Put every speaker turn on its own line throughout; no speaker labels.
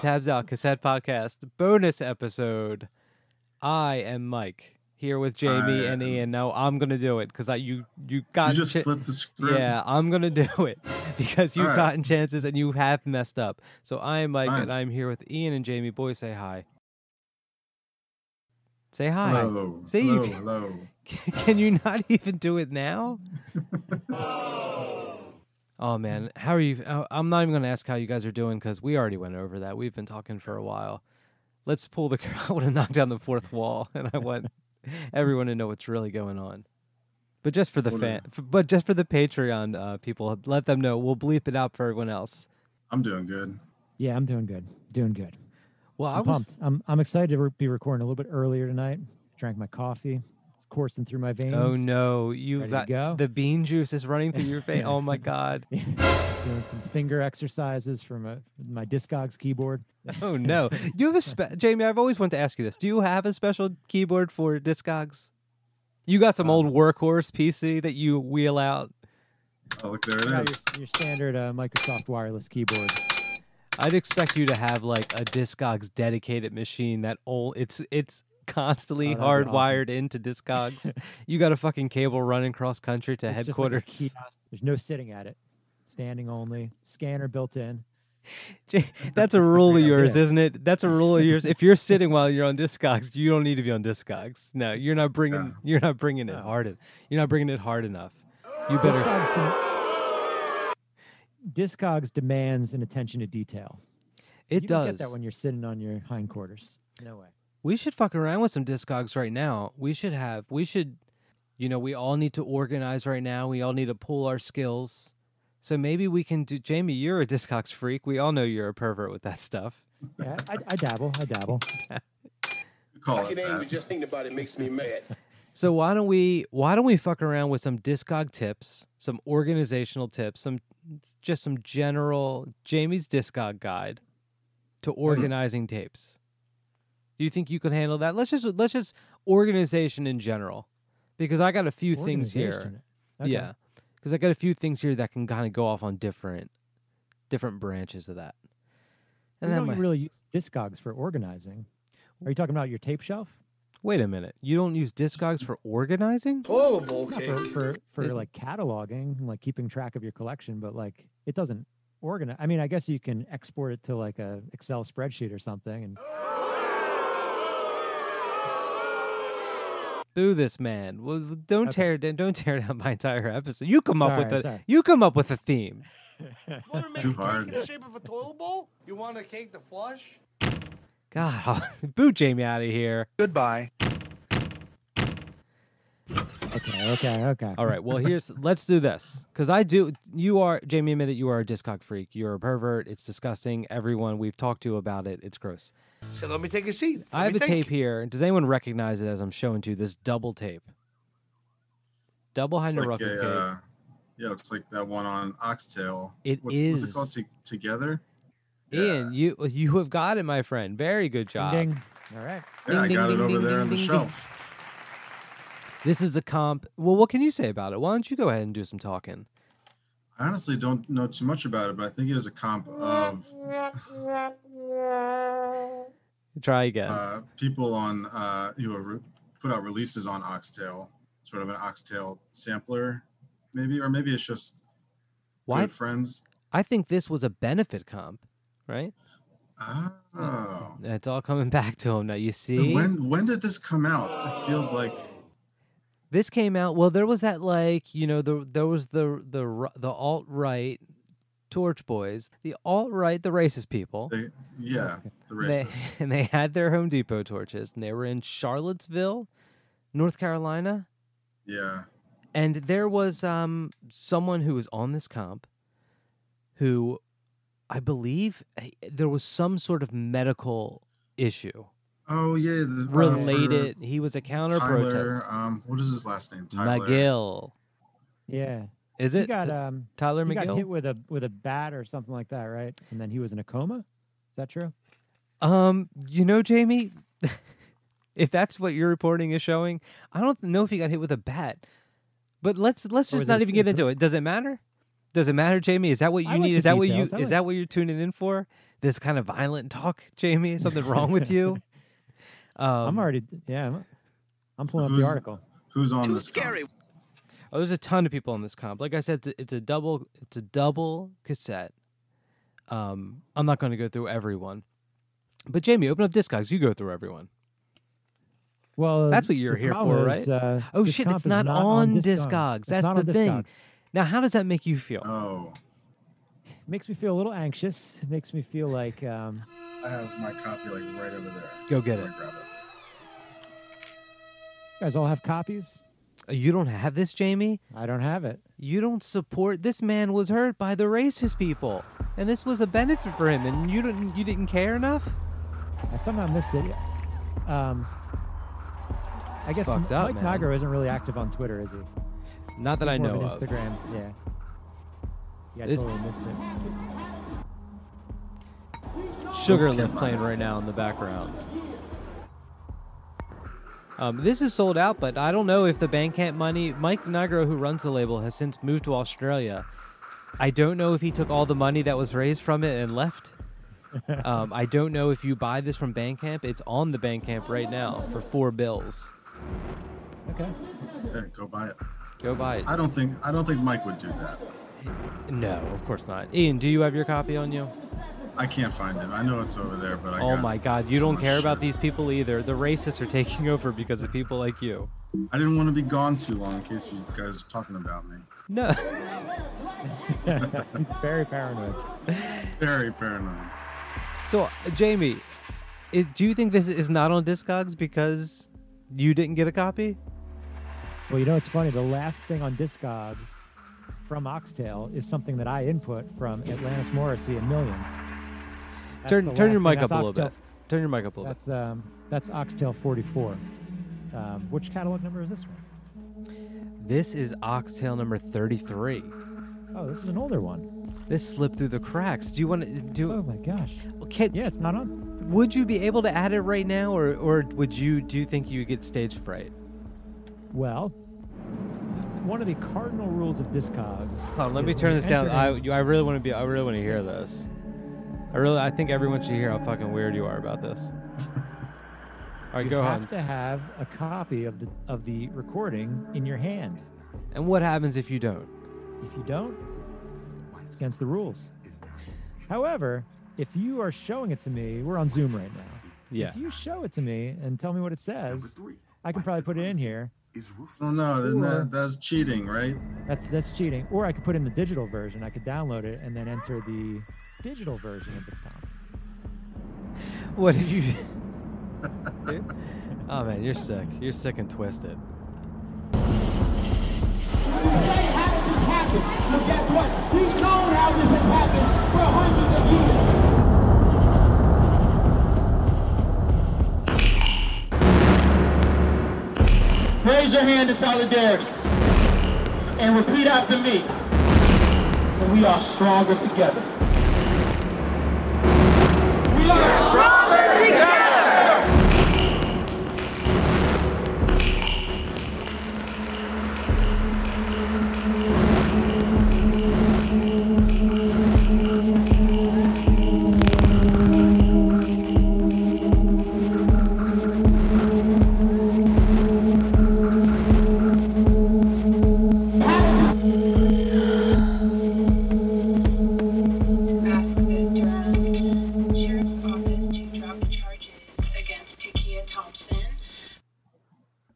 Tabs Out Cassette Podcast bonus episode. I am Mike here with Jamie
I
and
am-
Ian. No, I'm gonna do it because I you you got
you just flipped the script.
yeah. I'm gonna do it because you've
All right.
gotten chances and you have messed up. So I am Mike
Fine.
and I'm here with Ian and Jamie. Boy, say hi. Say hi.
Hello.
See, you
hello.
can-
hello.
Can you not even do it now? oh man, how are you? I- I'm not even going to ask how you guys are doing because we already went over that. We've been talking for a while. Let's pull the. I want to knock down the fourth wall, and I want everyone to know what's really going on. But just for the
What
fan, f- but just for the Patreon uh, people, let them know. We'll bleep it out for everyone else.
I'm doing good.
Yeah, I'm doing good. Doing good.
Well,
I'm
I was.
pumped. I'm I'm excited to re- be recording a little bit earlier tonight. Drank my coffee. It's coursing through my veins.
Oh no, you've
Ready to
got
go?
the bean juice is running through your vein. Oh my god.
Doing some finger exercises from a, my Discogs keyboard.
Oh no! Do you have a spe- Jamie? I've always wanted to ask you this. Do you have a special keyboard for Discogs? You got
Um,
some old workhorse PC that you wheel out.
Oh, look, there
Yeah,
it is.
your, your standard uh, Microsoft wireless keyboard.
I'd expect you to have like a Discogs dedicated machine that old. It's it's constantly
Oh, that'd be
hardwired into Discogs. you got a fucking cable running cross country to
It's just like a
headquarters.
kiosk. There's no sitting at it. Standing only. Scanner built in.
Ja- That's a rule of
Yeah.
yours, isn't it? That's a rule of yours. If you're sitting while you're on Discogs, you don't need to be on Discogs. No, you're not bringing
Yeah.
you're not bringing it
No.
hard. en- You're not bringing it hard enough. You better.
Discogs, dem- Discogs demands an attention to detail.
It
you
does.
Don't get that when you're sitting on your hindquarters. No way.
We should fuck around with some Discogs right now. We should have. We should. You know, we all need to organize right now. We all need to pull our skills. So maybe we can do. Jamie, you're a Discogs freak. We all know you're a pervert with that stuff.
Yeah, I, I dabble. I dabble.
Call it
Fucking angry
that.
just thinking about it makes me mad.
So why don't we why don't we fuck around with some discog tips, some organizational tips, some just some general Jamie's discog guide to
Mm-hmm.
organizing tapes. Do you think you could handle that? Let's just let's just organization in general because I got a few things here.
Organization. Okay.
Yeah. Cuz I got a few things here that can kind of go off on different different branches of that. And
we
then
don't
my-
really use Discogs for organizing. Are you talking about your tape shelf?
wait a minute. You don't use discogs for organizing?
Horrible
Not for for, for
Is-
like cataloging, like keeping track of your collection, but like it doesn't organize. I mean, I guess you can export it to like a Excel spreadsheet or something. And
Boo this man. Well, w- don't
Okay.
tear down don't tear down my entire episode. You come up with
Sorry,
a
sorry.
you come up with a theme.
Want to make
Too
a
hard.
cake in the shape of a toilet bowl? You want a cake to flush?
God, boo Jamie out of here.
okay, okay, okay.
All right, well here's let's do this because I do. You are Jamie. Admit it. You are a discog freak. You're a pervert. It's disgusting. Everyone we've talked to about it. It's gross.
So let me take a seat. Let
I have
me
a
think.
tape here. Does anyone recognize it as I'm showing to you this double tape? Double
It's
Heiner
like
Rucker
a, uh, yeah, it's like that one on Oxtail.
It
what, What's
is.
it called? T- together?
cake. Ian, you you have got it, my friend. Very good
Ding,
job.
ding. All right.
Yeah, I
Ding,
got it
ding, ding,
over
ding,
there
ding,
on the
ding,
shelf.
This is a comp. Well, what can you say about it? Why don't you go ahead and do some talking?
I honestly don't know too much about it, but I think it is a comp of
Try again.
uh, people on uh, who have re- put out releases on Oxtail, sort of an Oxtail sampler, maybe, or maybe it's just
Why
good friends.
I think this was a benefit comp, right?
Oh.
It's all coming back to him now. You see,
When when did this come out? It feels like
this came out. Well, there was that like you know the there was the the r- the alt right torch boys, the alt right, the racist people.
they, yeah, the
They,
racist.
and they had their Home Depot torches, and they were in Charlottesville, North Carolina.
Yeah.
and there was um someone who was on this comp who i believe eh, there was some sort of medical issue
Oh yeah, the, uh,
Related, he was a counter
for
protest.
Tyler. Um, what is his last name? Tyler.
McGill.
Yeah.
Is
He
it
got
T-
um
Tyler
he got hit
McGill?
with a with a bat or something like that, right? And then he was in a coma. Is that true?
Um, you know, Jamie, if that's what your reporting is showing, I don't know if he got hit with a bat. But let's let's
Or
just
was it
not
a
even get
tooth?
into it. Does it matter? Does it matter, Jamie? Is that what you
I like
need?
the
is that
details.
what
I
you is
like-
that what you're tuning in for? This kind of violent talk, Jamie? Is something wrong with you? Um,
I'm already yeah. I'm, I'm pulling up
who's-
the article.
Who's on
Too
this? comp?
scary.
Oh, there's a ton of people on this comp. Like I said, it's a, it's a double. It's a double cassette. Um, I'm not going to go through everyone, but Jamie, open up Discogs. You go through everyone.
Well, uh,
That's what you're
the
here
problem
for,
is,
right?
uh,
Oh,
this
shit,
comp
it's
is
not on Discogs.
It's
That's
not on
the thing.
Discogs.
Now, how does that make you feel?
Oh,
Makes me feel a little anxious. It makes me feel like um,
I have my copy like right over there.
Go get
I'm
it.
gonna grab it.
you guys all have copies.
Uh, You don't have this, Jamie.
I don't have it.
You don't support. This man was hurt by the racist people, and this was a benefit for him. And you didn't. You didn't care enough.
I somehow missed it. Um, I
It's
guess
fucked
M-
up,
Mike
man.
Nagro isn't really active on Twitter, is he?
Not that I
He's more of
know
an
of.
Instagram. Yeah. Yeah, I
This-
totally missed it.
Sugar Lift playing right now in the background. Um, this is sold out, but I don't know if the Bandcamp money. Mike Nigro, who runs the label, has since moved to Australia. I don't know if he took all the money that was raised from it and left. um, I don't know if you buy this from Bandcamp. It's on the Bandcamp right now for four bills.
Okay.
Yeah, go buy it.
Go buy it.
I don't think I don't think Mike would do that.
No, of course not. Ian, do you have your copy on you?
I can't find him. I know it's over there, but I.
oh
got
my God, you
so
don't
much
care about
shit.
these people either. The racists are taking over because of people like you.
I didn't want to be gone too long in case you guys are talking about me.
No.
He's very paranoid.
Very paranoid.
So, uh, Jamie, it, do you think this is not on Discogs because you didn't get a copy?
Well, you know, it's funny. The last thing on Discogs from Oxtail is something that I input from Atlantis Morrissey and Millions. That's
turn
the
turn your
last thing.
mic up
That's
a little
Oxtail-
bit. Turn your mic up a little
That's um, that's Oxtail 44. Um, which catalog number is this one?
bit. This is Oxtail number 33.
Oh, this is an older one.
This slipped through the cracks. Do you want to do?
Oh my gosh.
Can,
Oh, Yeah, it's not on.
Would you be able to add it right now, or or would you do you think you get stage fright?
Well, one of the cardinal rules of Discogs.
Hold on, let
is
me
when
turn
you
this down.
enter
I
in-
you- I really want to be. I really want to hear this. I really. I think everyone should hear how fucking weird you are about this. All right,
you
go
have
on.
to have a copy of the of the recording in your hand.
And what happens if you don't?
If you don't, it's against the rules. However, if you are showing it to me, we're on Zoom right now.
Yeah.
If you show it to me and tell me what it says, I can probably put it in here.
Well, no, then
Or-
that, that's cheating, right?
That's that's cheating. Or I could put in the digital version. I could download it and then enter the digital version of the comp.
What did you? oh man, you're sick. You're sick and twisted.
They had it just happen. But guess what? We've known how this has happened for hundreds of years. Raise your hand in solidarity and repeat after me. And we are stronger together. We are stronger together.
ask the Durham Sheriff's Office to drop the charges against Takia Thompson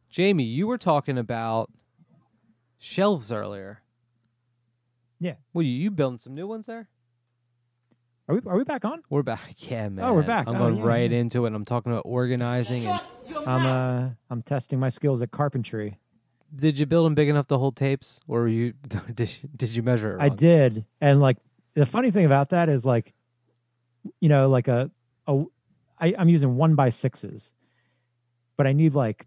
Jamie, you were talking about shelves earlier.
Yeah.
What are you, you building some new ones there?
Are we are we back on?
We're back. Yeah, man.
we're back.
I'm
Oh,
going
yeah,
right
yeah.
into it. I'm talking about organizing. And
I'm uh I'm testing my skills at carpentry.
did you build them big enough to hold tapes, or you did you, did you measure it?
I
wrong?
did, and like the funny thing about that is like, you know, like a a I, I'm using one by sixes, but I need like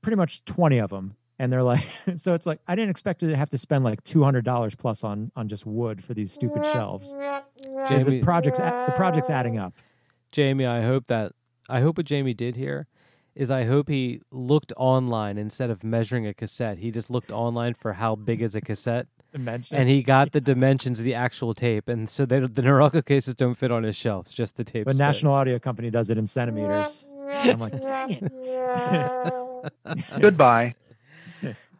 pretty much 20 of them. And they're like, so it's like, I didn't expect to have to spend like $200 plus on, on just wood for these stupid shelves. 'Cause The
Jamie,
project's, a- the project's adding up.
Jamie, I hope that I hope what Jamie did here is I hope he looked online instead of measuring a cassette. He just looked online for how big is a cassette,
Dimension.
and he got the dimensions of the actual tape. And so they, the Norelco cases don't fit on his shelves, just the tapes.
but
fit.
National Audio Company does it in centimeters. And I'm like, dang it.
Goodbye.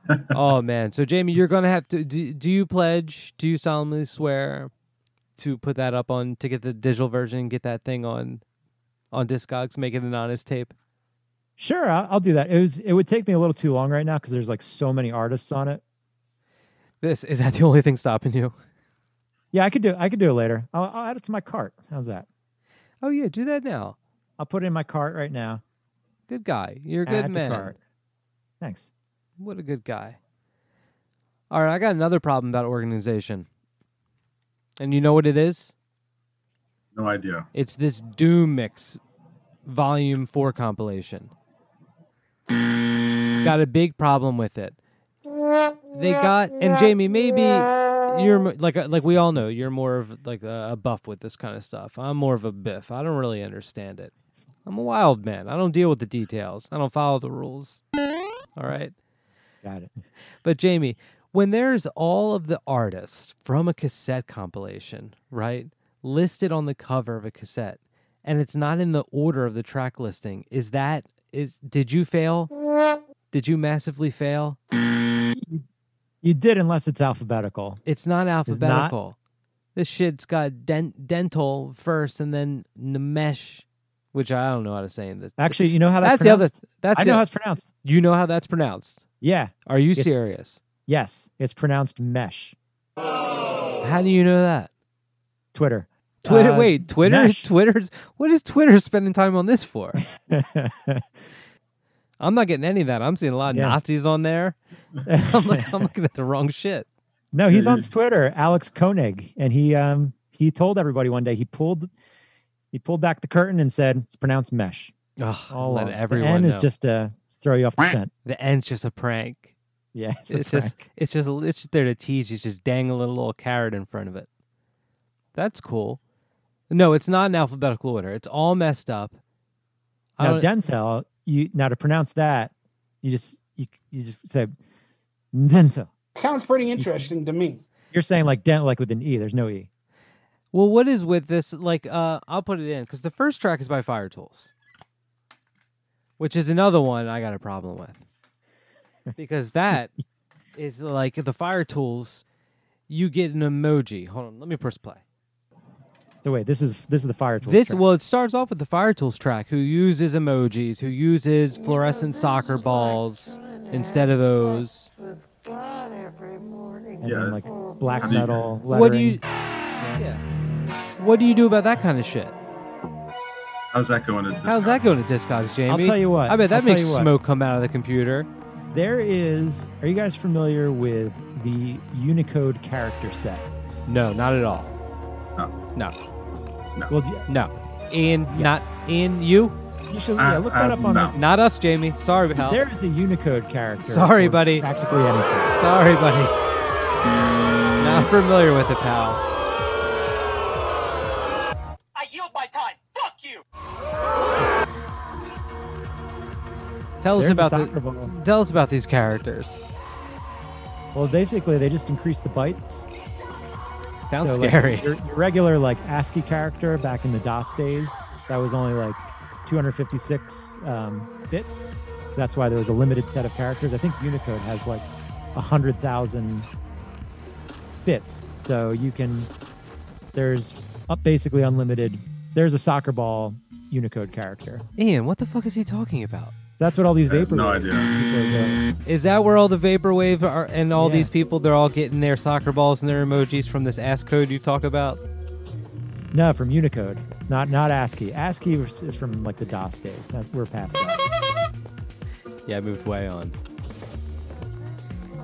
oh man, so Jamie, you're gonna have to. Do, do you pledge? Do you solemnly swear to put that up on to get the digital version and get that thing on on Discogs, make it an honest tape?
sure, I'll, I'll do that. It was, it would take me a little too long right now because there's like so many artists on it.
This is that the only thing stopping you?
Yeah, I could do, I could do it later. I'll, I'll add it to my cart. How's that?
Oh yeah, do that now.
I'll put it in my cart right now.
Good guy. You're a
Add
good
to
man.
cart. Thanks.
What a good guy. All right, I got another problem about organization. And you know what it is?
No idea.
It's this Doom Mix Volume 4 compilation. Got a big problem with it. They got and Jamie maybe you're mo- like uh, like we all know you're more of like a, a buff with this kind of stuff. I'm more of a biff. I don't really understand it. I'm a wild man. I don't deal with the details. I don't follow the rules. All right.
Got it.
But Jamie, when there's all of the artists from a cassette compilation, right, listed on the cover of a cassette, and it's not in the order of the track listing, is that is did you fail? Did you massively fail?
You did, unless it's alphabetical.
It's not
not-
alphabetical. this shit's got dent, dental first and then Namesh, which I don't know how to say in this.
Actually, you know how that's,
that's the other.
pronounced?
That's
I know
the-
how it's pronounced.
you know how that's pronounced.
Yeah.
Are you
Yes.
serious?
Yes. It's pronounced mesh.
How do you know that?
Twitter.
Twitter.
Uh,
wait, Twitter.
mesh.
Twitter's. What is Twitter spending time on this for? I'm not getting any of that. I'm seeing a lot of
Yeah.
Nazis on there. I'm, like, I'm looking at the wrong shit.
no, he's on
Dude.
Twitter, Alex Koenig, and he um he told everybody one day he pulled he pulled back the curtain and said it's pronounced mesh.
Ugh,
All
let
along.
everyone
the N is
know.
just to throw you off the
Quack.
scent.
the N's just a prank.
Yeah, it's,
It's,
a
just
prank.
it's just it's just there to tease you. It's Just dangle a little carrot in front of it. That's cool. No, it's not in alphabetical order. It's all messed up. I
now
don't-
dental. You now to pronounce that, you just you you just say dental.
Sounds pretty interesting to me.
You're saying like dent like with an e. There's no e.
Well, what is with this? Like, uh, I'll put it in because the first track is by Fire Tools, which is another one I got a problem with because that is like the Fire Tools. You get an emoji. Hold on, let me press play.
So wait, this is this is the fire tool.
This well, it starts off with the Fire Tools track, who uses emojis, who uses fluorescent soccer balls instead of O's.
and
Yeah.
then like black
How do you-
metal.
What do
lettering.
you? Yeah. What do you do about that kind of shit?
How's that going? At
How's that going to Discogs, Jamie?
tell you what,
I bet that
I'll tell
makes
you what.
smoke come out of the computer.
There is. Are you guys familiar with the Unicode character set?
No, not at all. No,
Well, d-
no. And not in you,
you should yeah,
Uh,
look
uh,
that up on.
no.
not us, Jamie. Sorry,
The,
pal.
there is a Unicode character.
Sorry,
for
buddy.
Practically anything.
Sorry, buddy. Not familiar with it, pal.
I yield my time. Fuck you.
Tell us
There's a
about
soccer
the,
ball.
tell us about these characters.
Well, basically, they just increased the bytes.
Sounds
So, like,
scary.
your, your regular like ASCII character back in the DOS days, that was only like 256 um, bits. So that's why there was a limited set of characters. I think Unicode has like 100,000 bits. So you can, there's up basically unlimited. There's a soccer ball Unicode character.
Ian, what the fuck is he talking about?
So that's what all these
I have
vapor.
no idea.
Is that where all the vaporwave are and all
Yeah.
these people? They're all getting their soccer balls and their emojis from this ass code you talk about.
No, from Unicode, not not ASCII. ASCII was- is from like the DOS days. That, we're past that.
Yeah, I moved way on.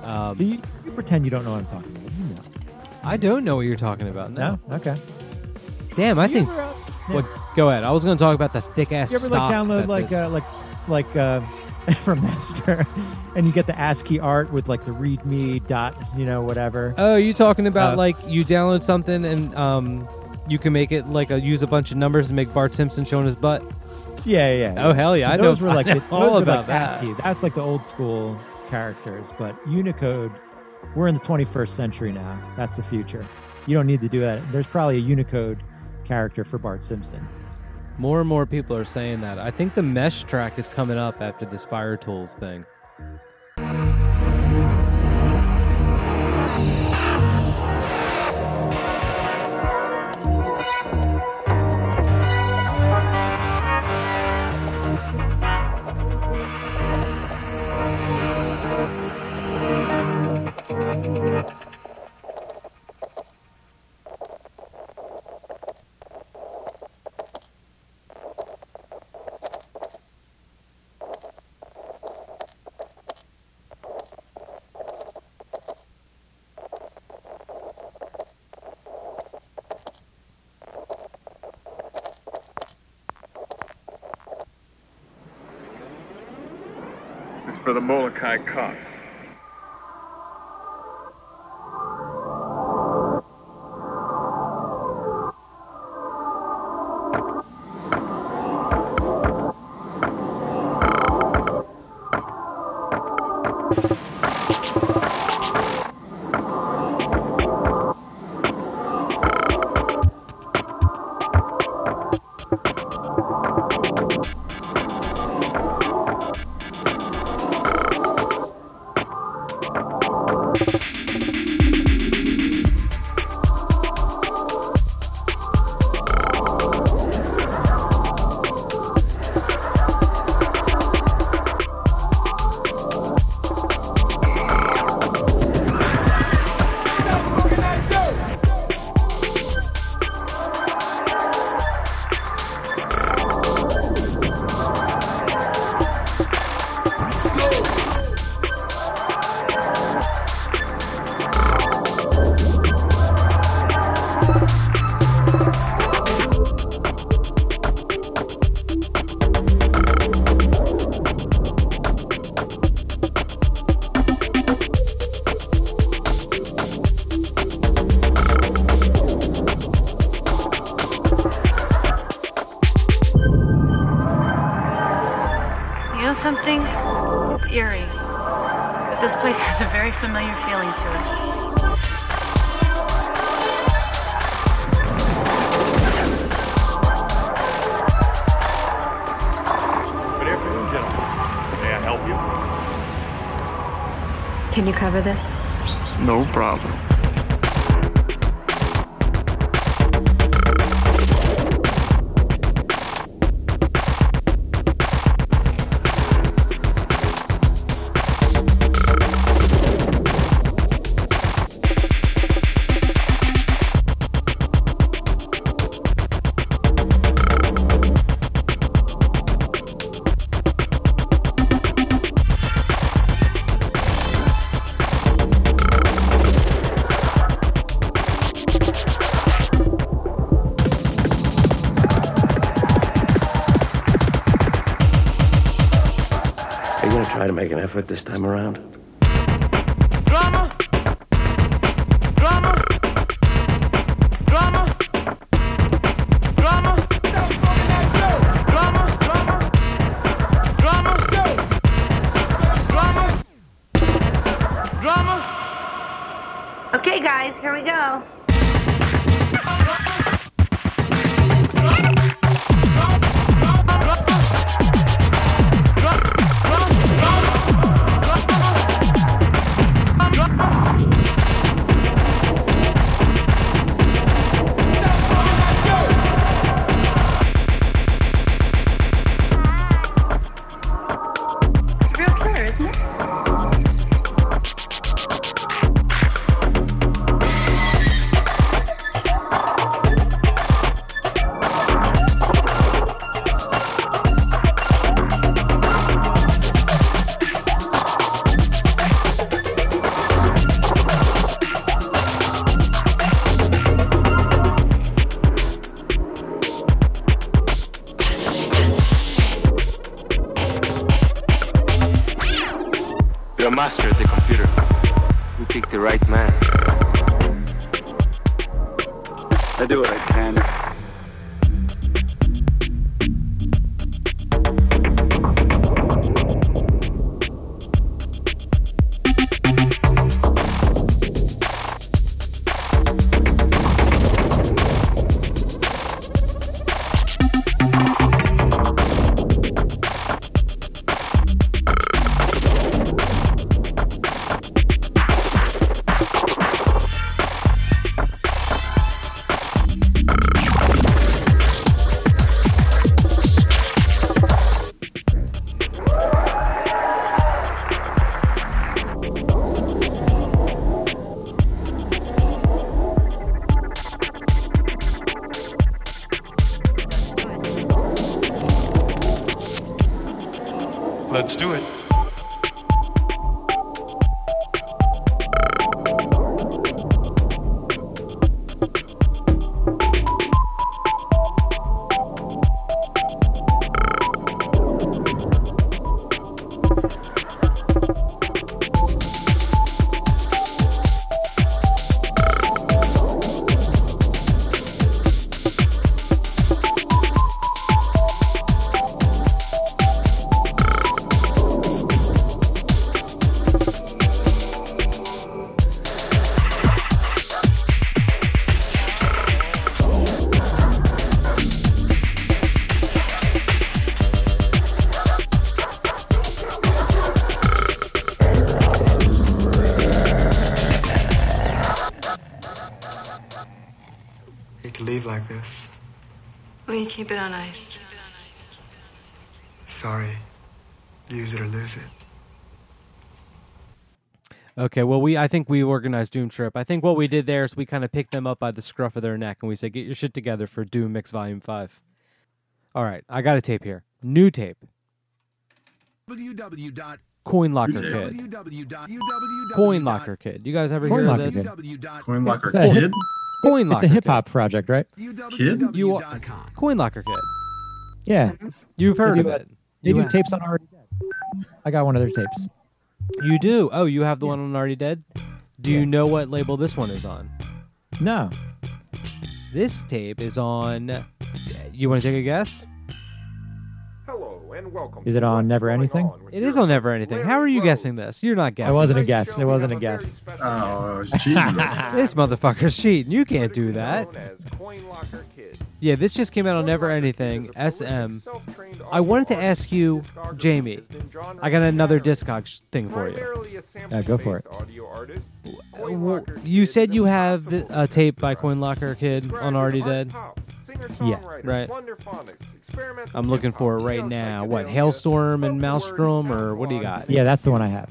Um,
So you, you pretend you don't know what I'm talking about. You know.
I don't know what you're talking about. No.
No. Okay.
Damn, I
You
think.
ever, uh,
What? Go ahead. I was going to talk about the thick ass
you ever
stock
like download
that
like
the-
uh, like like uh, from Napster, and you get the ASCII art with like the readme dot, you know, whatever.
Oh, you talking about
Uh,
like you download something and um, you can make it like a, use a bunch of numbers and make Bart Simpson showing his butt.
Yeah, yeah. yeah.
Oh, hell yeah,
So
I know-
those were
I
like
know
the,
all
those were,
about
like,
that.
ASCII. That's like the old school characters, but Unicode. We're in the 21st century now. That's the future. You don't need to do that. There's probably a Unicode character for Bart Simpson.
More and more people are saying that. I think the mesh track is coming up after this Fire Tools thing.
This is for the Molokai cops.
You know something? It's eerie. But this place has a very familiar feeling to it.
Good afternoon, gentlemen. May I help you?
Can you cover this?
No problem.
Are you going to try to make an effort this time around?
Drama! Drama! Drama! Drama! Drama! Drama! Drama! Drama!
Okay, guys, here we go.
Drama!
master at the computer. You picked the right man.
I do what I can.
Let's do it.
You could leave like this.
We keep it on ice.
Sorry. Use it or lose it.
Okay, well, we I think we organized Doom Trip. I think what we did there is we kind of picked them up by the scruff of their neck and we said, "Get your shit together for Doom Mix Volume 5." All right, I got a tape here. New tape. Coin Locker Kid. Coin Locker Kid. You guys ever
Coin
hear
Locker
of this?
Coin Locker
It's a hip-
Kid?
Coin
It's
Locker
a hip hop project, right?
Kid?
You are, Coin Locker Kid.
Yeah.
You've
They
heard
do
of
a-
it.
They
You
do
have.
tapes on Already Dead. I got one of their tapes.
You do. Oh, you have the one on Already Dead? Do you know what label this one is on?
No.
This tape is on You want to take a guess?
Hello and welcome.
Is it on Never Anything?
It is on Never Anything. How are you guessing this? You're not guessing.
I wasn't a guess. It wasn't a guess.
Oh,
this motherfucker's cheating. You can't do that. Yeah, this just came out on Never Anything, SM. I wanted to ask you, Jamie, I got another Discog sh- thing for you.
Yeah, go for it.
W- You said you have th- a tape by Coin Locker Kid on Already Dead.
Yeah.
Right. I'm looking for it right now. What, Hailstorm and Maelstrom, or what do you got?
Yeah, that's the one I have.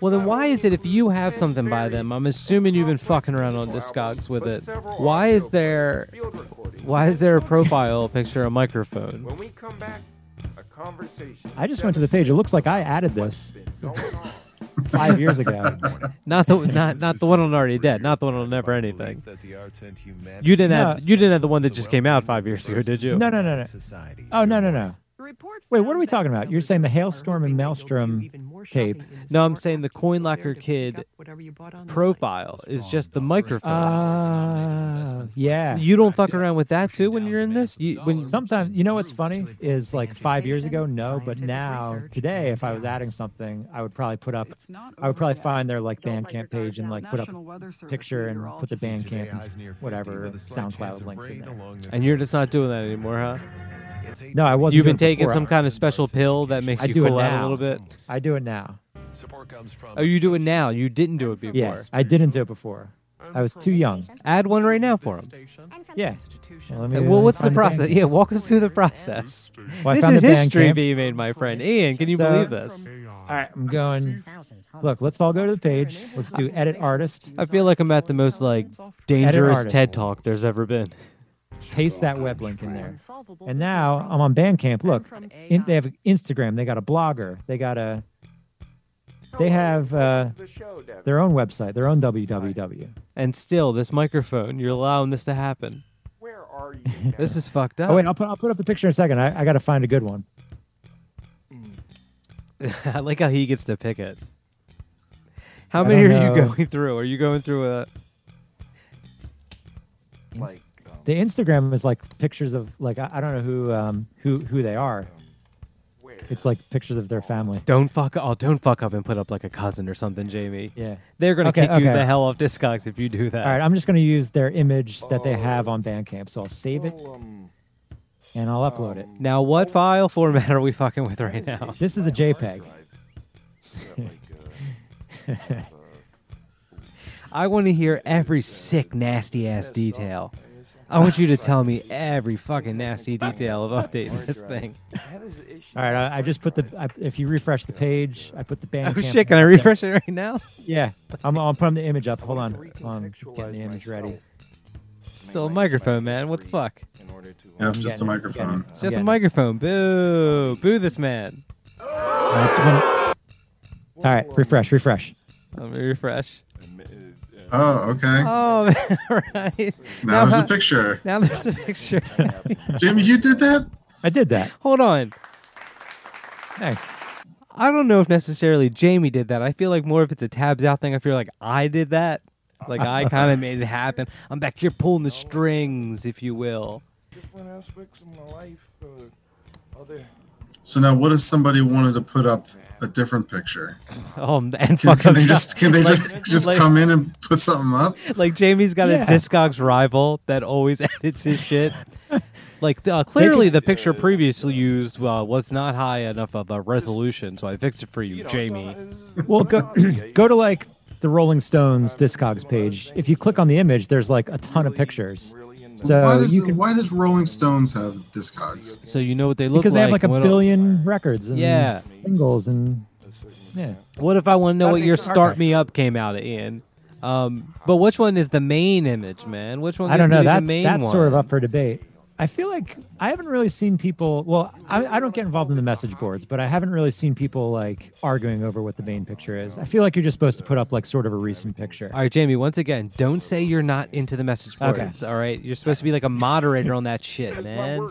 Well, then why is it if you have something by them, I'm assuming you've been fucking around on Discogs with it. Why is there, why is there a profile picture, a microphone?
When we come back, a conversation.
I just went to the page. It looks like I added this five years ago.
Not the not not the one on Already Dead, not the one on Never Anything. You didn't
No.
have you didn't have the one that just came out five years ago, did you?
No, no, no, no. Oh, no, no, no. Wait, what are we talking about? You're saying the Hailstorm and Maelstrom tape.
No, I'm saying the Coin Locker Kid profile is just the microphone.
Uh, yeah.
You don't fuck around with that too when you're in this. You, when
sometimes you know what's funny is like five years ago no but now today if i was adding something i would probably put up i would probably find their like bandcamp page and like put up picture and put the bandcamp and s- whatever soundcloud links in there
and you're just not doing that anymore, huh?
no i wasn't
You've been
doing it
taking
before.
some kind of special pill that makes
I
you
do it
cool out
now.
a little bit.
i do it now
Oh, you do it now. You didn't do it before.
yeah i didn't do it before i was too young
Add one right now for him.
yeah well, let me- let
well,
me
what's the
find band.
process? Yeah, walk us through the process.
Well, I
this
found
is
the band
history
camp.
being made, my friend. Ian, can you
So-
believe this?
all right i'm going look let's all go to the page let's do edit artist
I feel like I'm at the most like dangerous
artist.
TED talk there's ever been.
paste that web link in there. And now I'm on Bandcamp. Look, in, they have Instagram. They got a blogger. They got a. They have uh, their own website, their own www.
And still, this microphone, you're allowing this to happen.
Where are you?
This is fucked up.
Oh wait, I'll put I'll put up the picture in a second. I, I got to find a good one.
I like how he gets to pick it. How
I
many
don't
are you
know.
going through? Are you going through a?
Like,
the Instagram is like pictures of like I, I don't know who um who who they are. It's like pictures of their family.
Don't fuck. Oh, don't fuck up and put up like a cousin or something, Jamie.
Yeah,
they're gonna
Okay,
kick you
okay.
the hell off Discogs if you do that.
All right, I'm just going to use their image that they have on Bandcamp. So I'll save it and I'll upload it.
Now, what file format are we fucking with right now?
This is a JPEG.
I want to hear every sick, nasty ass detail. I want you to tell me every fucking nasty detail of updating this thing.
All right, I, I just put the. I, if you refresh the page, I put the Bandcamp.
Oh shit! Can I
up there.
refresh it right now?
Yeah, I'm. I'll put the image up. Hold on, um, getting the image ready.
Still a microphone, man. What the fuck?
Yeah,
I'm
just a
getting it, I'm
microphone.
getting it.
It's just
Yeah.
a microphone. Boo! Boo this man.
I have to put it- All right, refresh, refresh.
Let me refresh.
Oh, okay.
Oh, man. All right.
Now there's a
Uh-huh.
I-
picture.
Now there's a picture.
Jamie, you did that?
I did that.
Hold on.
Nice.
I don't know if necessarily Jamie did that. I feel like more if it's a tabs out thing, I feel like I did that. Like I kind of made it happen. I'm back here pulling the strings, if you will.
Different aspects of my life, uh, other
So now, what if somebody wanted to put up a different picture?
Oh, and
Can,
fuck
can
up
they
shop.
just can they
Like-
just, just
like-
come in and put something up?
Like Jamie's got
Yeah.
a Discogs rival that always edits his shit. Like uh, clearly, the picture previously used uh, was not high enough of a resolution, so I fixed it for you, Jamie.
uh,
Well, go go to like the Rolling Stones Discogs page. If you click on the image, there's like a ton of pictures.
why
So
does
Uh, you can
why does Rolling Stones have Discogs?
So you know what they look
because they have
like.
like a
and what el-
billion records and
Yeah.
singles and yeah.
What if I want to know
Gotta
what
make
your
an
"Start
archive.
Me Up" came out in? Um, but which one is the main image, man? Which one?
I don't
gets to
know.
be
That's
the main
that's
one?
sort of up for debate. I feel like I haven't really seen people. Well, I, I don't get involved in the message boards, but I haven't really seen people like arguing over what the main picture is. I feel like you're just supposed to put up like sort of a recent picture.
All right, Jamie. Once again, don't say you're not into the message
Okay.
boards. All right, you're supposed to be like a moderator on that shit, man.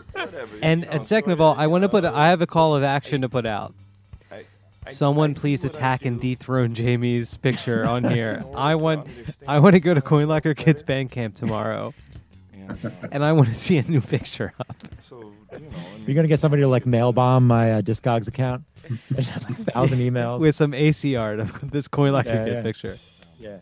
And and second of all, I want to put. I have a call of action to put out. Someone please attack and dethrone Jamie's picture on here. I want. I want to go to CoinLocker Kids Bandcamp tomorrow,
uh,
and I want to see a new picture up.
You're gonna get somebody to like mail bomb my uh, Discogs account. There's like a thousand emails.
with some AC art of this coin locker
Yeah,
kid
yeah.
picture.
Yeah.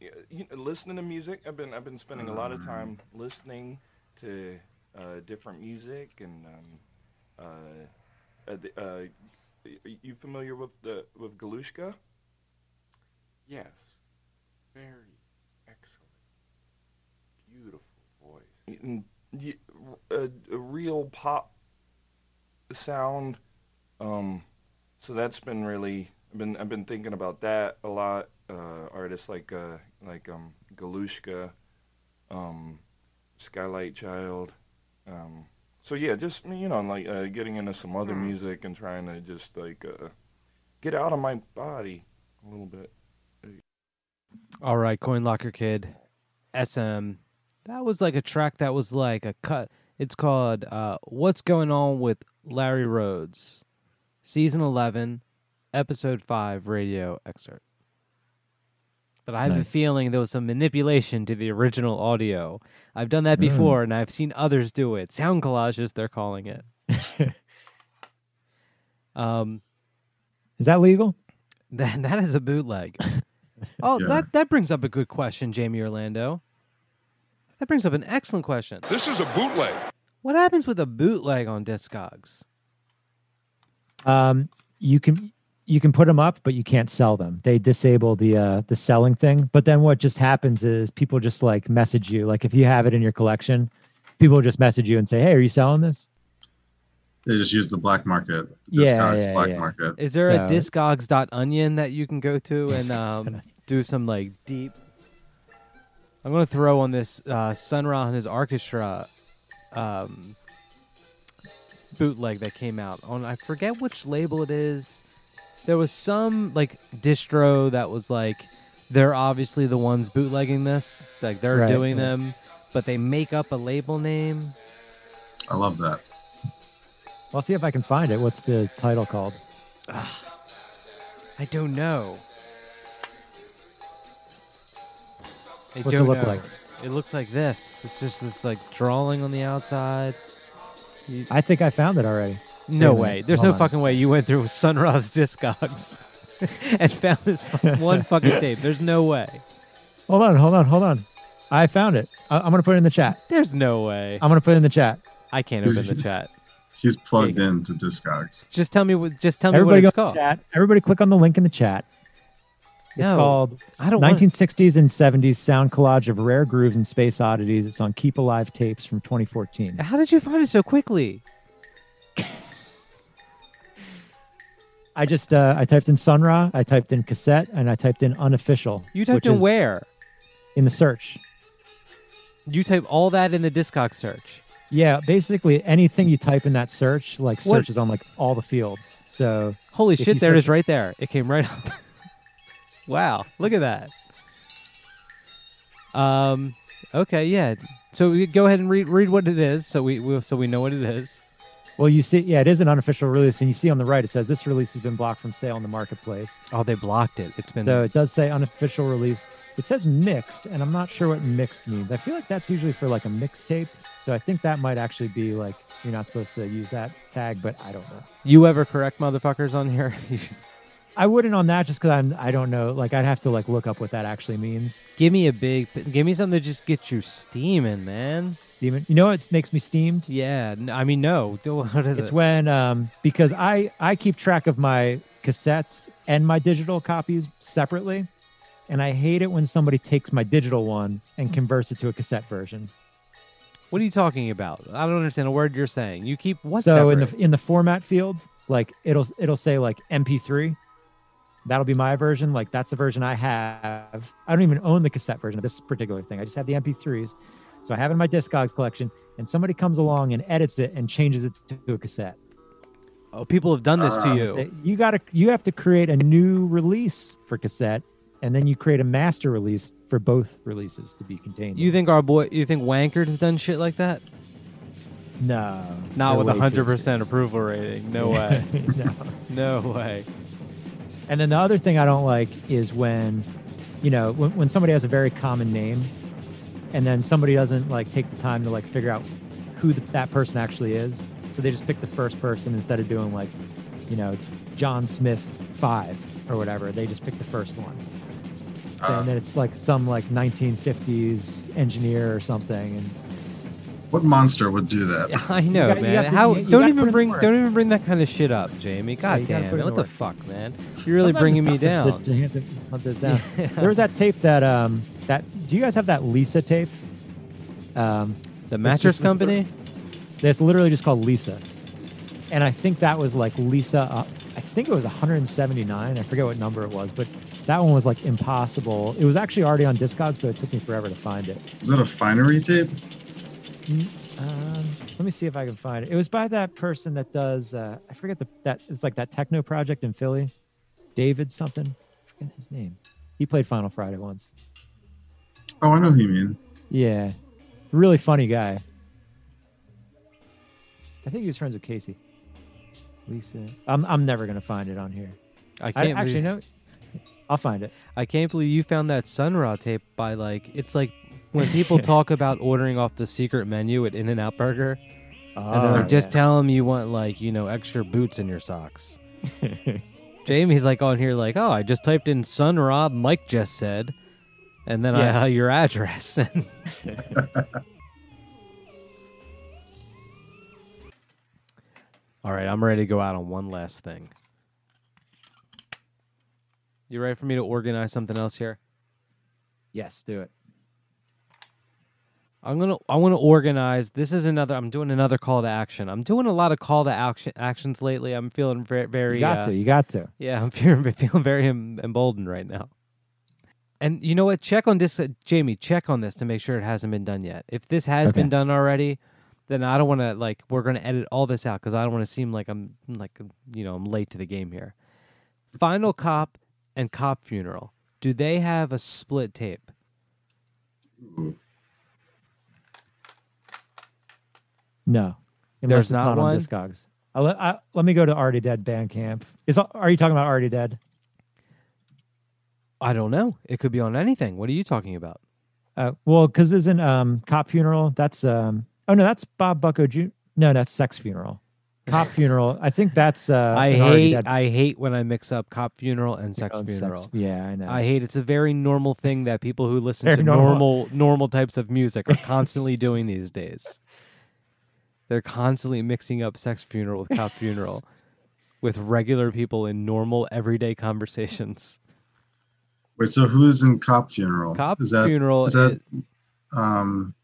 Yeah, you know, listening to music. I've been I've been spending a lot of time
Mm.
listening to uh, different music and um, uh, uh, the- uh, y- y- you familiar with the with Galushka?
Yes. Very excellent. Beautiful voice.
Mm, y- a, a real pop sound. Um, so that's been really I've been I've been thinking about that a lot. Uh, artists like uh, like um, Galushka, um, Skylight Child. Um, so yeah, just you know, like uh, getting into some other music and trying to just like uh, get out of my body a little bit.
All right, coin locker kid, SM. That was like a track that was like a cut. It's called uh, "What's Going On with Larry Rhodes," season eleven, episode five, radio excerpt. But I have
Nice.
a feeling there was some manipulation to the original audio. I've done
Mm.
that before, and I've seen others do it. Sound collages, they're calling it. um,
Is that legal?
That that is a bootleg. oh,
Yeah.
that that brings up a good question, Jamie Orlando. That brings up an excellent question.
This is a bootleg.
What happens with a bootleg on Discogs?
Um, you can you can put them up, but you can't sell them. They disable the uh, the selling thing. But then what just happens is people just like message you. Like if you have it in your collection, people just message you and say, "Hey, are you selling this?"
They just use the black market.
Yeah,
Discogs
yeah,
black
yeah.
market.
Is there a
So-
discogs.onion that you can go to and um, do some like deep? I'm gonna throw on this uh, Sun Ra and his orchestra um, bootleg that came out on I forget which label it is. There was some like distro that was like they're obviously the ones bootlegging this, like they're
Right,
doing
yeah.
them, but they make up a label name.
I love that.
I'll see if I can find it. What's the title called?
I don't know. I
What's it
don't
look
know.
like?
It looks like this. It's just this like drawing on the outside. You-
I think I found it already.
No
Wait a
way.
minute.
There's
Hold
no
on.
fucking way you went through Sunrise Discogs and found this fu- one fucking tape. There's no way.
Hold on, hold on, hold on. I found it. I- I'm gonna put it in the chat.
There's no way.
I'm gonna put it in the chat.
I can't open the chat.
He's plugged into Discogs.
Just tell me what. Just tell
Everybody
me
go
what it's
to the
called.
chat. Everybody click on the link in the chat. It's
No,
called
I don't want-
1960s and 70s sound collage of rare grooves and space oddities. It's on Keep Alive tapes from 2014.
How did you find it so quickly?
I just uh, I typed in Sun Ra, I typed in cassette, and I typed in unofficial.
You typed
which
in
is
where?
in the search.
You type all that in the Discog search.
Yeah, basically anything you type in that search, like
What-
searches on like all the fields. So
Holy
if
shit!
you
There it is,
search-
right there. It came right up. wow! Look at that. Um. Okay. Yeah. So we go ahead and read read what it is, so we, we so we know what it is.
Well, you see, yeah, it is an unofficial release, and you see on the right it says this release has been blocked from sale in the marketplace.
Oh, they blocked it. It's been
So it does say unofficial release. It says mixed, and I'm not sure what mixed means. I feel like that's usually for like a mixtape. So I think that might actually be like you're not supposed to use that tag, but I don't know.
you ever correct motherfuckers on here.
I wouldn't on that just because I'm I don't know. Like I'd have to like look up what that actually means.
give me a big. Give me something to just get you steaming, man.
Steaming. You know what makes me steamed?
Yeah. n- I mean, no. Don't- What is
It's
it?
when um because I I keep track of my cassettes and my digital copies separately, and I hate it when somebody takes my digital one and converts it to a cassette version.
What are you talking about? I don't understand a word you're saying. You keep what?
so in
separate?
the in the format field, like it'll it'll say like MP3. That'll be my version. Like that's the version I have. I don't even own the cassette version of this particular thing. I just have the MP3s. So I have it in my Discogs collection, and somebody comes along and edits it and changes it to a cassette.
oh, people have done this to
They
you.
say, you gotta you have to create a new release for cassette, and then you create a master release for both releases to be contained.
You think our boy? You think Wankard has done shit like that?
no,
Not
they're
with a
way too
hundred percent approval rating. No way.
experienced. no.
No way.
And then the other thing I don't like is when, you know, when, when somebody has a very common name and then somebody doesn't like take the time to like figure out who th- that person actually is. So they just pick the first person instead of doing like, you know, John Smith five or whatever. They just pick the first one. So,
Uh.
and then it's like some like 1950s engineer or something. And
What monster would do that?
I know,
gotta- you
man.
have to-
How?
you- you
don't
gotta put
even
in
bring.
work.
Don't even bring that kind of shit up, Jamie. God
you gotta
damn
put
it!
in
What
the
the fuck, man? You're really
Sometimes
bringing
it's
me
tough
down.
to- to- to hunt th- hunt those down.
Yeah.
There was that tape that um that. Do you guys have that Lisa tape? Um,
The
it's
mattress
just-
company.
That's literally just called Lisa, and I think that was like Lisa. Uh, I think it was 179. I forget what number it was, but that one was like impossible. It was actually already on Discogs, but it took me forever to find it.
Is that a finery tape?
Um, let me see if I can find it. It was by that person that does. Uh, I forget the that it's like that techno project in Philly, David something. I forget his name. He played Final Friday once.
Oh, I know who you mean.
Yeah. Really funny guy. I think he was friends with Casey. Lisa. I'm I'm never gonna find it on here.
I
I,
can't
actually
believe,
no. I'll find it.
I can't believe you found that Sun Ra tape by like. It's like when people talk about ordering off the secret menu at In and Out Burger, and they're
Oh,
like, just
yeah.
tell them you want like you know extra boots in your socks. Jamie's like on here like, oh, I just typed in Sun Ra. Mike just said, and then I
Yeah.
uh, your address. All right, I'm ready to go out on one last thing. You ready for me to organize something else here?
yes, do it.
I'm gonna I want to organize. This is another. I'm doing another call to action. I'm doing a lot of call to action actions lately. I'm feeling very very.
You got
uh,
to, you got to.
Yeah, I'm feeling, feeling very em- emboldened right now. And you know what? Check on this, uh, Jamie. Check on this to make sure it hasn't been done yet. If this has been
Okay.
done already, then I don't want to like we're going to edit all this out because I don't want to seem like I'm like you know I'm late to the game here. Final Cop and Cop Funeral. Do they have a split tape?
No.
There's
Unless it's
not
not,
one?
on Discogs. I, let- I, let me go to Already Dead Bandcamp. Is are you talking about Already Dead?
I don't know. It could be on anything. What are you talking about?
Uh, well, because isn't um, Cop Funeral? That's um, oh no, that's Bob Bucko Jr. No, that's Sex Funeral. Cop Funeral. I think that's. Uh,
I
an already
hate
dead-
I hate when I mix up cop funeral and sex
and sex-
funeral.
yeah, I know.
I hate it's a very normal thing that people who listen
Very
to
normal.
normal normal types of music are constantly doing these days. They're constantly mixing up sex funeral with cop funeral with regular people in normal everyday conversations.
Wait, so who's in cop funeral?
Cop
is that,
Funeral
Is that? Um.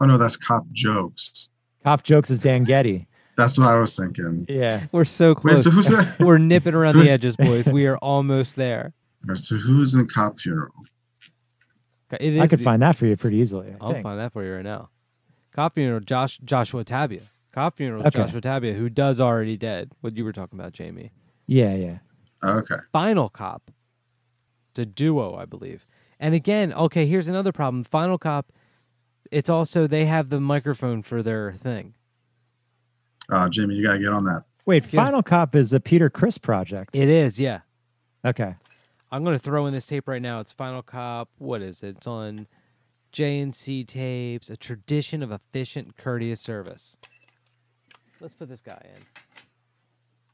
Oh no, that's cop jokes.
Cop jokes is Dan Getty.
That's what I was thinking.
Yeah,
We're so
Wait,
close.
so who's that?
We're nipping around the
Who's-
edges, boys. We are almost there.
All right, so who's in cop funeral?
It is
I could
the-
find that for you pretty easily. I
I'll
think.
find that for you right now. Cop funeral, Josh Joshua Tabia. Cop funeral, is
Okay.
Joshua Tabia, who does already dead. What you were talking about, Jamie.
Yeah, yeah.
Okay.
Final Cop. It's a duo, I believe. And again, okay, here's another problem. Final Cop. It's also they have the microphone for their thing.
Uh, Jamie, you gotta get on that.
Wait,
Yeah.
Final Cop is a Peter Chris project.
It is, yeah.
Okay.
I'm gonna throw in this tape right now. It's Final Cop. What is it? It's on JNC tapes. A tradition of efficient, courteous service. Let's put this guy in.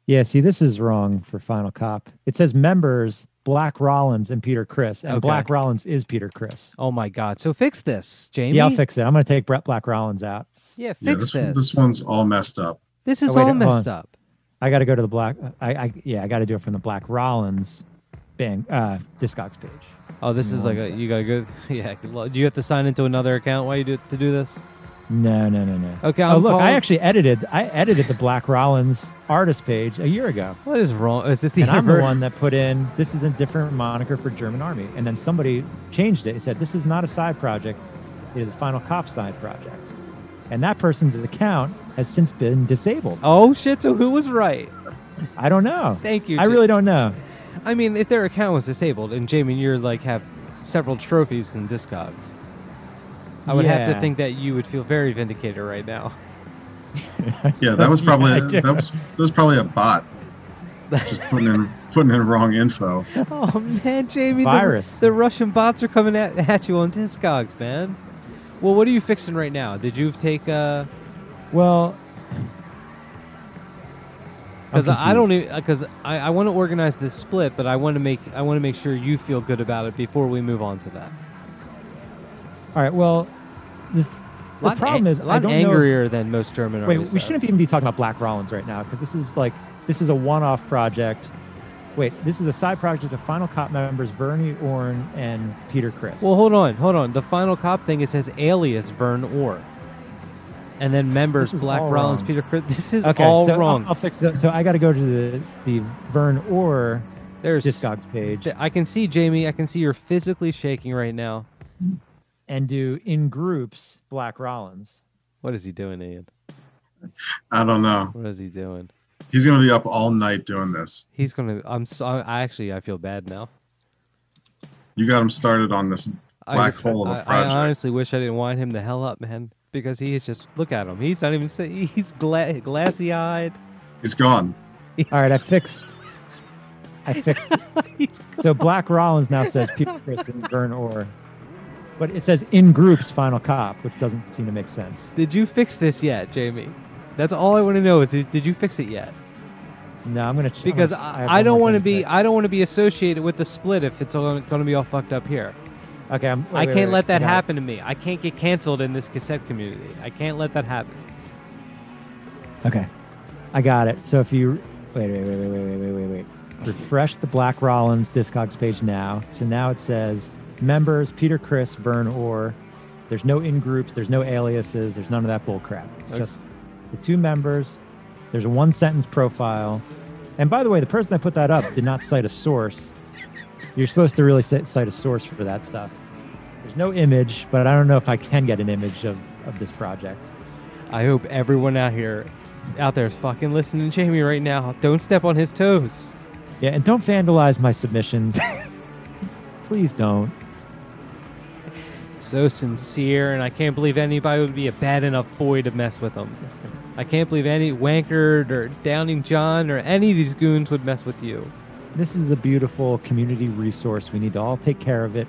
Yeah, see, this is wrong for Final Cop. It says members Black Rollins and Peter Chris, and
Okay.
Black Rollins is Peter Chris.
Oh my God! So fix this, Jamie.
Yeah, I'll fix it. I'm going to take Brett Black Rollins out.
Yeah, fix
Yeah,
this.
this, one- this one's all messed up.
This is
Oh, wait,
all
hold
messed
on.
up.
I got to go to the Black. I, I yeah, I got to do it from the Black Rollins, bang uh, Discogs page.
Oh, this
Give me
is
one
like a,
sec.
you gotta go. Yeah, do you have to sign into another account while you do to do this?
No, no, no, no.
Okay,
oh
I'm
look, I
calling-
actually edited. I edited the Black Rollins artist page a year ago,
What is wrong? Is this the
and I'm
ever-
the one that put in this is a different moniker for German Army, and then somebody changed it. It said this is not a side project; it is a Final Cop side project, and that person's account has since been disabled.
Oh shit! So who was right?
I don't know.
Thank you.
I
Ja-
really don't know.
I mean, if their account was disabled, and Jamie, you're like have several trophies and discogs, I would have to
Yeah.
think that you would feel very vindicated right now.
Yeah, that was probably
Yeah, I do.
that was that was probably a bot. Just putting in putting in wrong info.
Oh man, Jamie, the-
Virus.
The, Russian bots are coming at, at you on discogs, man. Well, what are you fixing right now? Did you take uh?
Well, I'm
Because I don't
confused.
even because I, I want to organize this split, but I want to make I want to make sure you feel good about it before we move on to that. e-
All right. Well, the,
A
the
lot
problem
an-
is
a
I
lot
don't know.
angrier than most German
Wait,
artists.
we
are.
shouldn't even be talking about Black Rollins right now because this is like this is a one-off project. Wait, this is a side project of Final Cop members Bernie Orne and Peter Chris.
Well, hold on, hold on. The final cop thing it says alias Vern Orr, and then members
This is
Black
all
Rollins,
wrong.
Peter Chris. This is
okay,
all
so uh, I'll-
wrong.
I'll, fix it. So I got to go to the the Vern Orr
There's
Discogs page
I can see Jamie. I can see you're physically shaking right now.
and do in groups Black Rollins.
What is he doing, Ian?
I don't know.
What is he doing?
He's gonna be up all night doing this.
He's gonna. I'm. So, I actually I feel bad now.
You got him started on this black
I,
hole of
I-
a project.
I honestly wish I didn't wind him the hell up, man, because he is just look at him. He's not even say he's gla- glassy eyed.
He's gone.
All right, I fixed. I fixed. it. so Black Rollins now says Peter Chris and Vern Orr, but it says in groups Final Cop, which doesn't seem to make sense.
Did you fix this yet, Jamie? That's all I want to know is did you fix it yet?
No, I'm gonna ch- I'm
Because
gonna-
I,
have
I,
one
don't
more
want to
thing
be
fix.
I don't want to be associated with the split if it's all going to be all fucked up here.
okay, I'm, wait,
I
wait,
can't
wait,
let that
got it.
happen to me. I can't get canceled in this cassette community. I can't let that happen.
Okay, I got it. So if you wait, wait, wait, wait, wait, wait, wait, wait, wait, refresh the Black Rollins Discogs page now. So now it says members Peter Chris Vern Orr. There's no in groups. There's no aliases. There's none of that bull crap. It's
Okay.
just the two members. There's a one sentence profile. And by the way, the person that put that up did not cite a source. You're supposed to really ci- cite a source for that stuff. There's no image, but I don't know if I can get an image of, of this project.
I hope everyone out here out there is fucking listening to Jamie right now. Don't step on his toes.
Yeah, and don't vandalize my submissions. Please don't.
so sincere, and I can't believe anybody would be a bad enough boy to mess with him. I can't believe any Wankard or Downing John or any of these goons would mess with you.
this is a beautiful community resource. We need to all take care of it.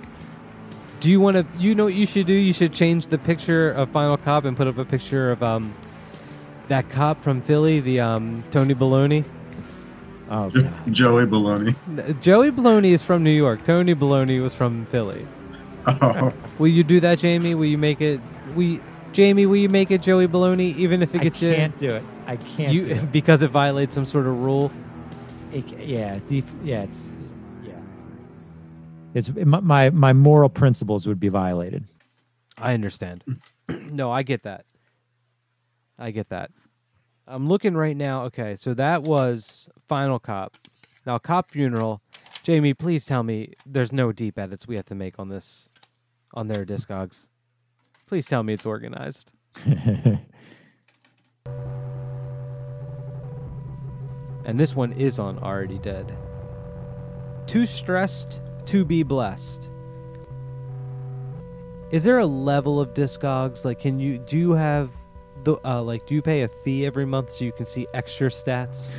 Do you want to? You know what you should do? You should change the picture of Final Cop and put up a picture of um, that cop from Philly, the um, Tony Baloney.
Oh,
Jo- Joey Baloney.
Joey Baloney is from New York. Tony Baloney was from Philly.
Oh,
Will you do that, Jamie? Will you make it? We, Jamie, will you make it Joey Baloney, even if it
I
gets you?
can't do it. I can't.
you
do it.
because it violates some sort of rule.
It- yeah, deep. Yeah, it's yeah. It's my- my my moral principles would be violated.
I understand.
Mm.
no, I get that. I get that. I'm looking right now. Okay, so that was Final Cop. Now, Cop Funeral. Jamie, please tell me there's no deep edits we have to make on this, on their discogs. Please tell me it's organized. and this one is on Already Dead. Too stressed to be blessed. Is there a level of discogs? Like, can you do you have the uh, like do you pay a fee every month so you can see extra stats?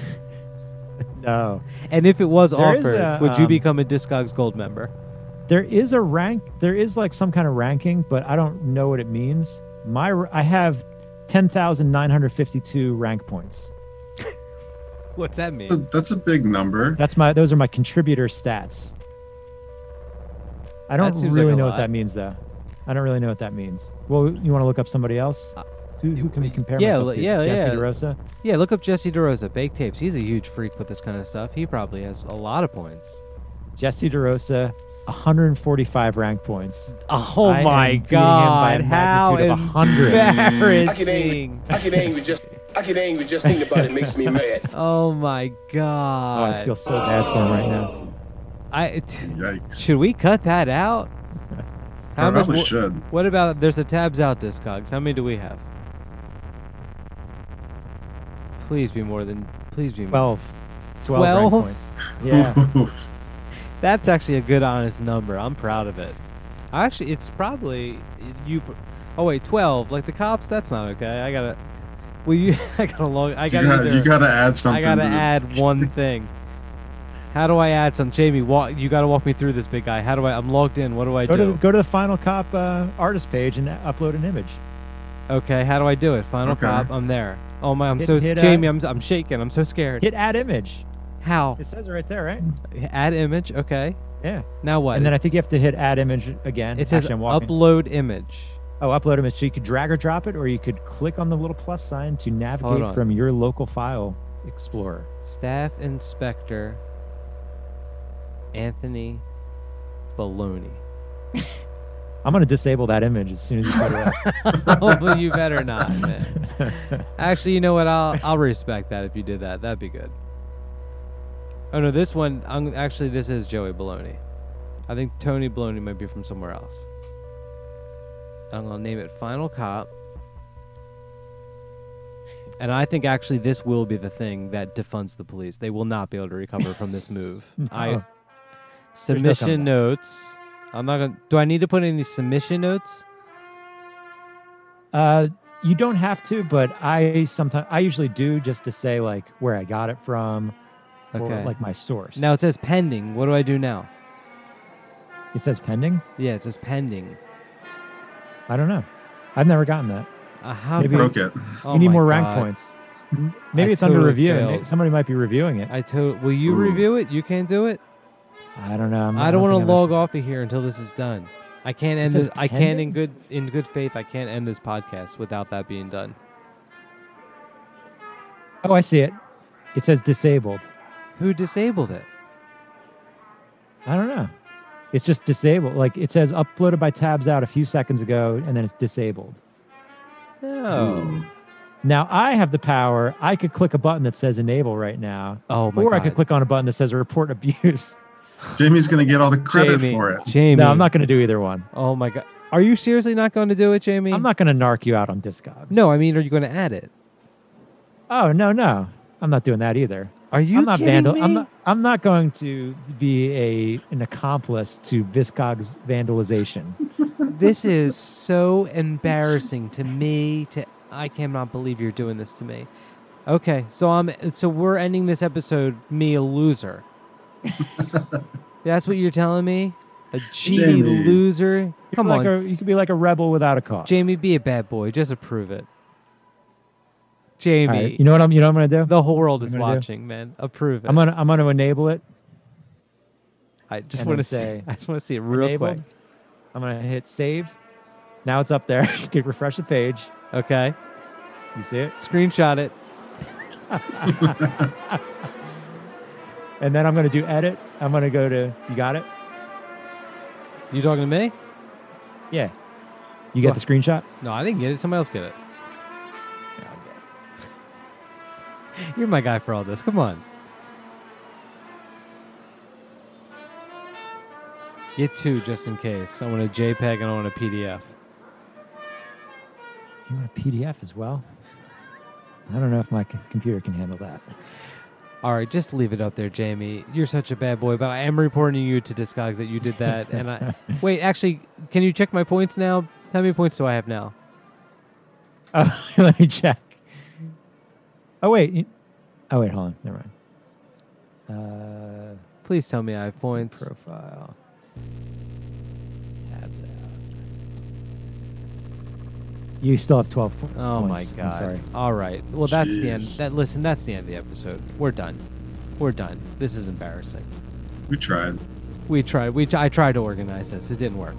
No,
And if it was
There is
offered,
a,
would you
um,
become a discogs gold member?
there is a rank. There is like some kind of ranking, but I don't know what it means. My r- I have ten thousand nine hundred fifty-two rank points.
What's that mean?
that's a big number.
That's my. Those are my contributor stats. I don't
That seems like
really
a
know
lot.
what that means, though. I don't really know what that means. Well, you want to look up somebody else? Who, who can we compare
yeah,
myself
li-
to?
yeah,
Jesse
yeah.
DeRosa.
Yeah, look up Jesse DeRosa, Bake Tapes. He's a huge freak with this kind of stuff. He probably has a lot of points.
Jesse DeRosa, 145 rank points.
Oh
I am
my
beating him by
God!
a
How
magnitude of 100.
embarrassing!
I get angry. I get angry just. I get angry just thinking about it. Makes me mad.
Oh my
Oh,
god.
I feel so bad for him right now.
I- t-
Yikes.
should we cut that out?
I
much?
probably
wa-
should.
What about there's a tabs out discogs? How many do we have? Please be more than please be more.
12. 12, rank
Twelve?
points. Yeah.
That's actually a good honest number. I'm proud of it. Actually, it's probably you. pr- Oh wait, twelve. Like the cops. That's not okay. I gotta. Well, you. I gotta log. I
You
gotta.
gotta,
either-
you gotta add something.
I gotta
to the-
add one thing. How do I add some? Jamie, walk, you gotta walk me through this big guy. How do I? I'm logged in. What do I
Go to,
do?
the, go to the Final Cop uh, artist page and upload an image.
Okay, how do I do it? Final
Okay.
cop. I'm there. Oh my, I'm
Hit-
so
hit, uh,
Jamie. I'm I'm shaking. I'm so scared.
Hit add image.
how?
It says it right there, right?
Mm. Add image. Okay.
Yeah.
Now what?
And then I think you have to hit add image again.
it says
Actually, I'm walking.
upload image.
Oh, upload image. So you could drag or drop it, or you could click on the little plus sign to
on.
navigate from your local file explorer.
Staff Inspector Anthony Baloney.
I'm going to disable that image as soon as you put it
well, you better not, man.
up.
Actually, you know what? I'll I'll respect that if you did that. That'd be good. Oh no, this one. I'm actually this is Joey Baloney. I think Tony Baloney might be from somewhere else. I'm gonna name it Final Cop. And I think actually this will be the thing that defunds the police. They will not be able to recover from this move. I
No.
submission
comeback.
notes. I'm not gonna. Do I need to put any submission notes?
Uh, you don't have to, but I sometimes I usually do just to say like where I got it from,
Okay.
or like my source.
Now it says pending. What do I do now?
it says pending.
Yeah, it says pending.
I don't know. I've never gotten that.
Uh, how
Maybe-
could-
Broke it.
Oh
we need
my
more rank
God.
points. M- Maybe
I
it's under
totally
review. and may-
failed.
Somebody might be reviewing it.
I to will you
Ooh.
review it? You can't do it.
I don't know. I'm,
I don't want to
think
log off of here until this is done. I can't end
says
this. I can't in
pending?
good in good faith. I can't end this podcast without that being done.
I'm- Oh, I see it. It says disabled.
Who disabled it?
I don't know. It's just disabled. Like it says uploaded by tabs out a few seconds ago, and then it's disabled. Hmm.
No.
Now I have the power. I could click a button that says enable right now,
Oh my
or
god.
I could click on a button that says report abuse.
Jamie's gonna get all the credit
Jamie,
for it.
Jamie.
No, I'm not going to do either one.
Oh my god. Are you seriously not going to do it, Jamie?
I'm not going to narc you out on Discogs.
No, I mean, are you going to add it?
Oh no, no, I'm not doing that either.
Are you
I'm not
kidding
vandal.
me?
I'm not, I'm not going to be a an accomplice to Viscog's vandalization.
this is so embarrassing to me to i cannot believe you're doing this to me okay so i'm so we're ending this episode me a loser That's what you're telling me? A cheaty loser?
You
Come
could
on.
like a- you could be like a rebel without a cause.
Jamie, be a bad boy. Just approve it. Jamie.
All right, You know what I'm? You know what I'm gonna do?
The whole world is
I'm gonna do?
watching, man. Approve it.
I'm gonna I'm gonna enable it.
I just
and
want to
then
say.
say,
I just want to see it real
enabled.
quick.
I'm gonna hit save. Now it's up there. you can refresh the page.
Okay.
You see it?
Screenshot it.
And then I'm gonna do edit. I'm gonna go to. You got it?
You talking to me?
Yeah. You got
What?
the screenshot?
No, I didn't get it. Somebody else get it. You're my guy for all this. Come on. Get two just in case. I want a JPEG and I want a PDF.
You want a PDF as well? I don't know if my c- computer can handle that.
All right, just leave it up there, Jamie. You're such a bad boy, but I am reporting you to Discogs that you did that. and I wait, actually, can you check my points now? How many points do I have now?
Oh, let me check. Oh wait. you- Oh wait. Hold on. Never mind. Uh,
Please tell me I have points.
profile. Tabs out. You still have 12 po- points.
Oh my god!
I'm sorry.
All right. Well, that's the end.
Jeez.
That listen, that's the end of the episode. We're done. We're done. This is embarrassing.
We tried.
We tried. We I tried to organize this. It didn't work.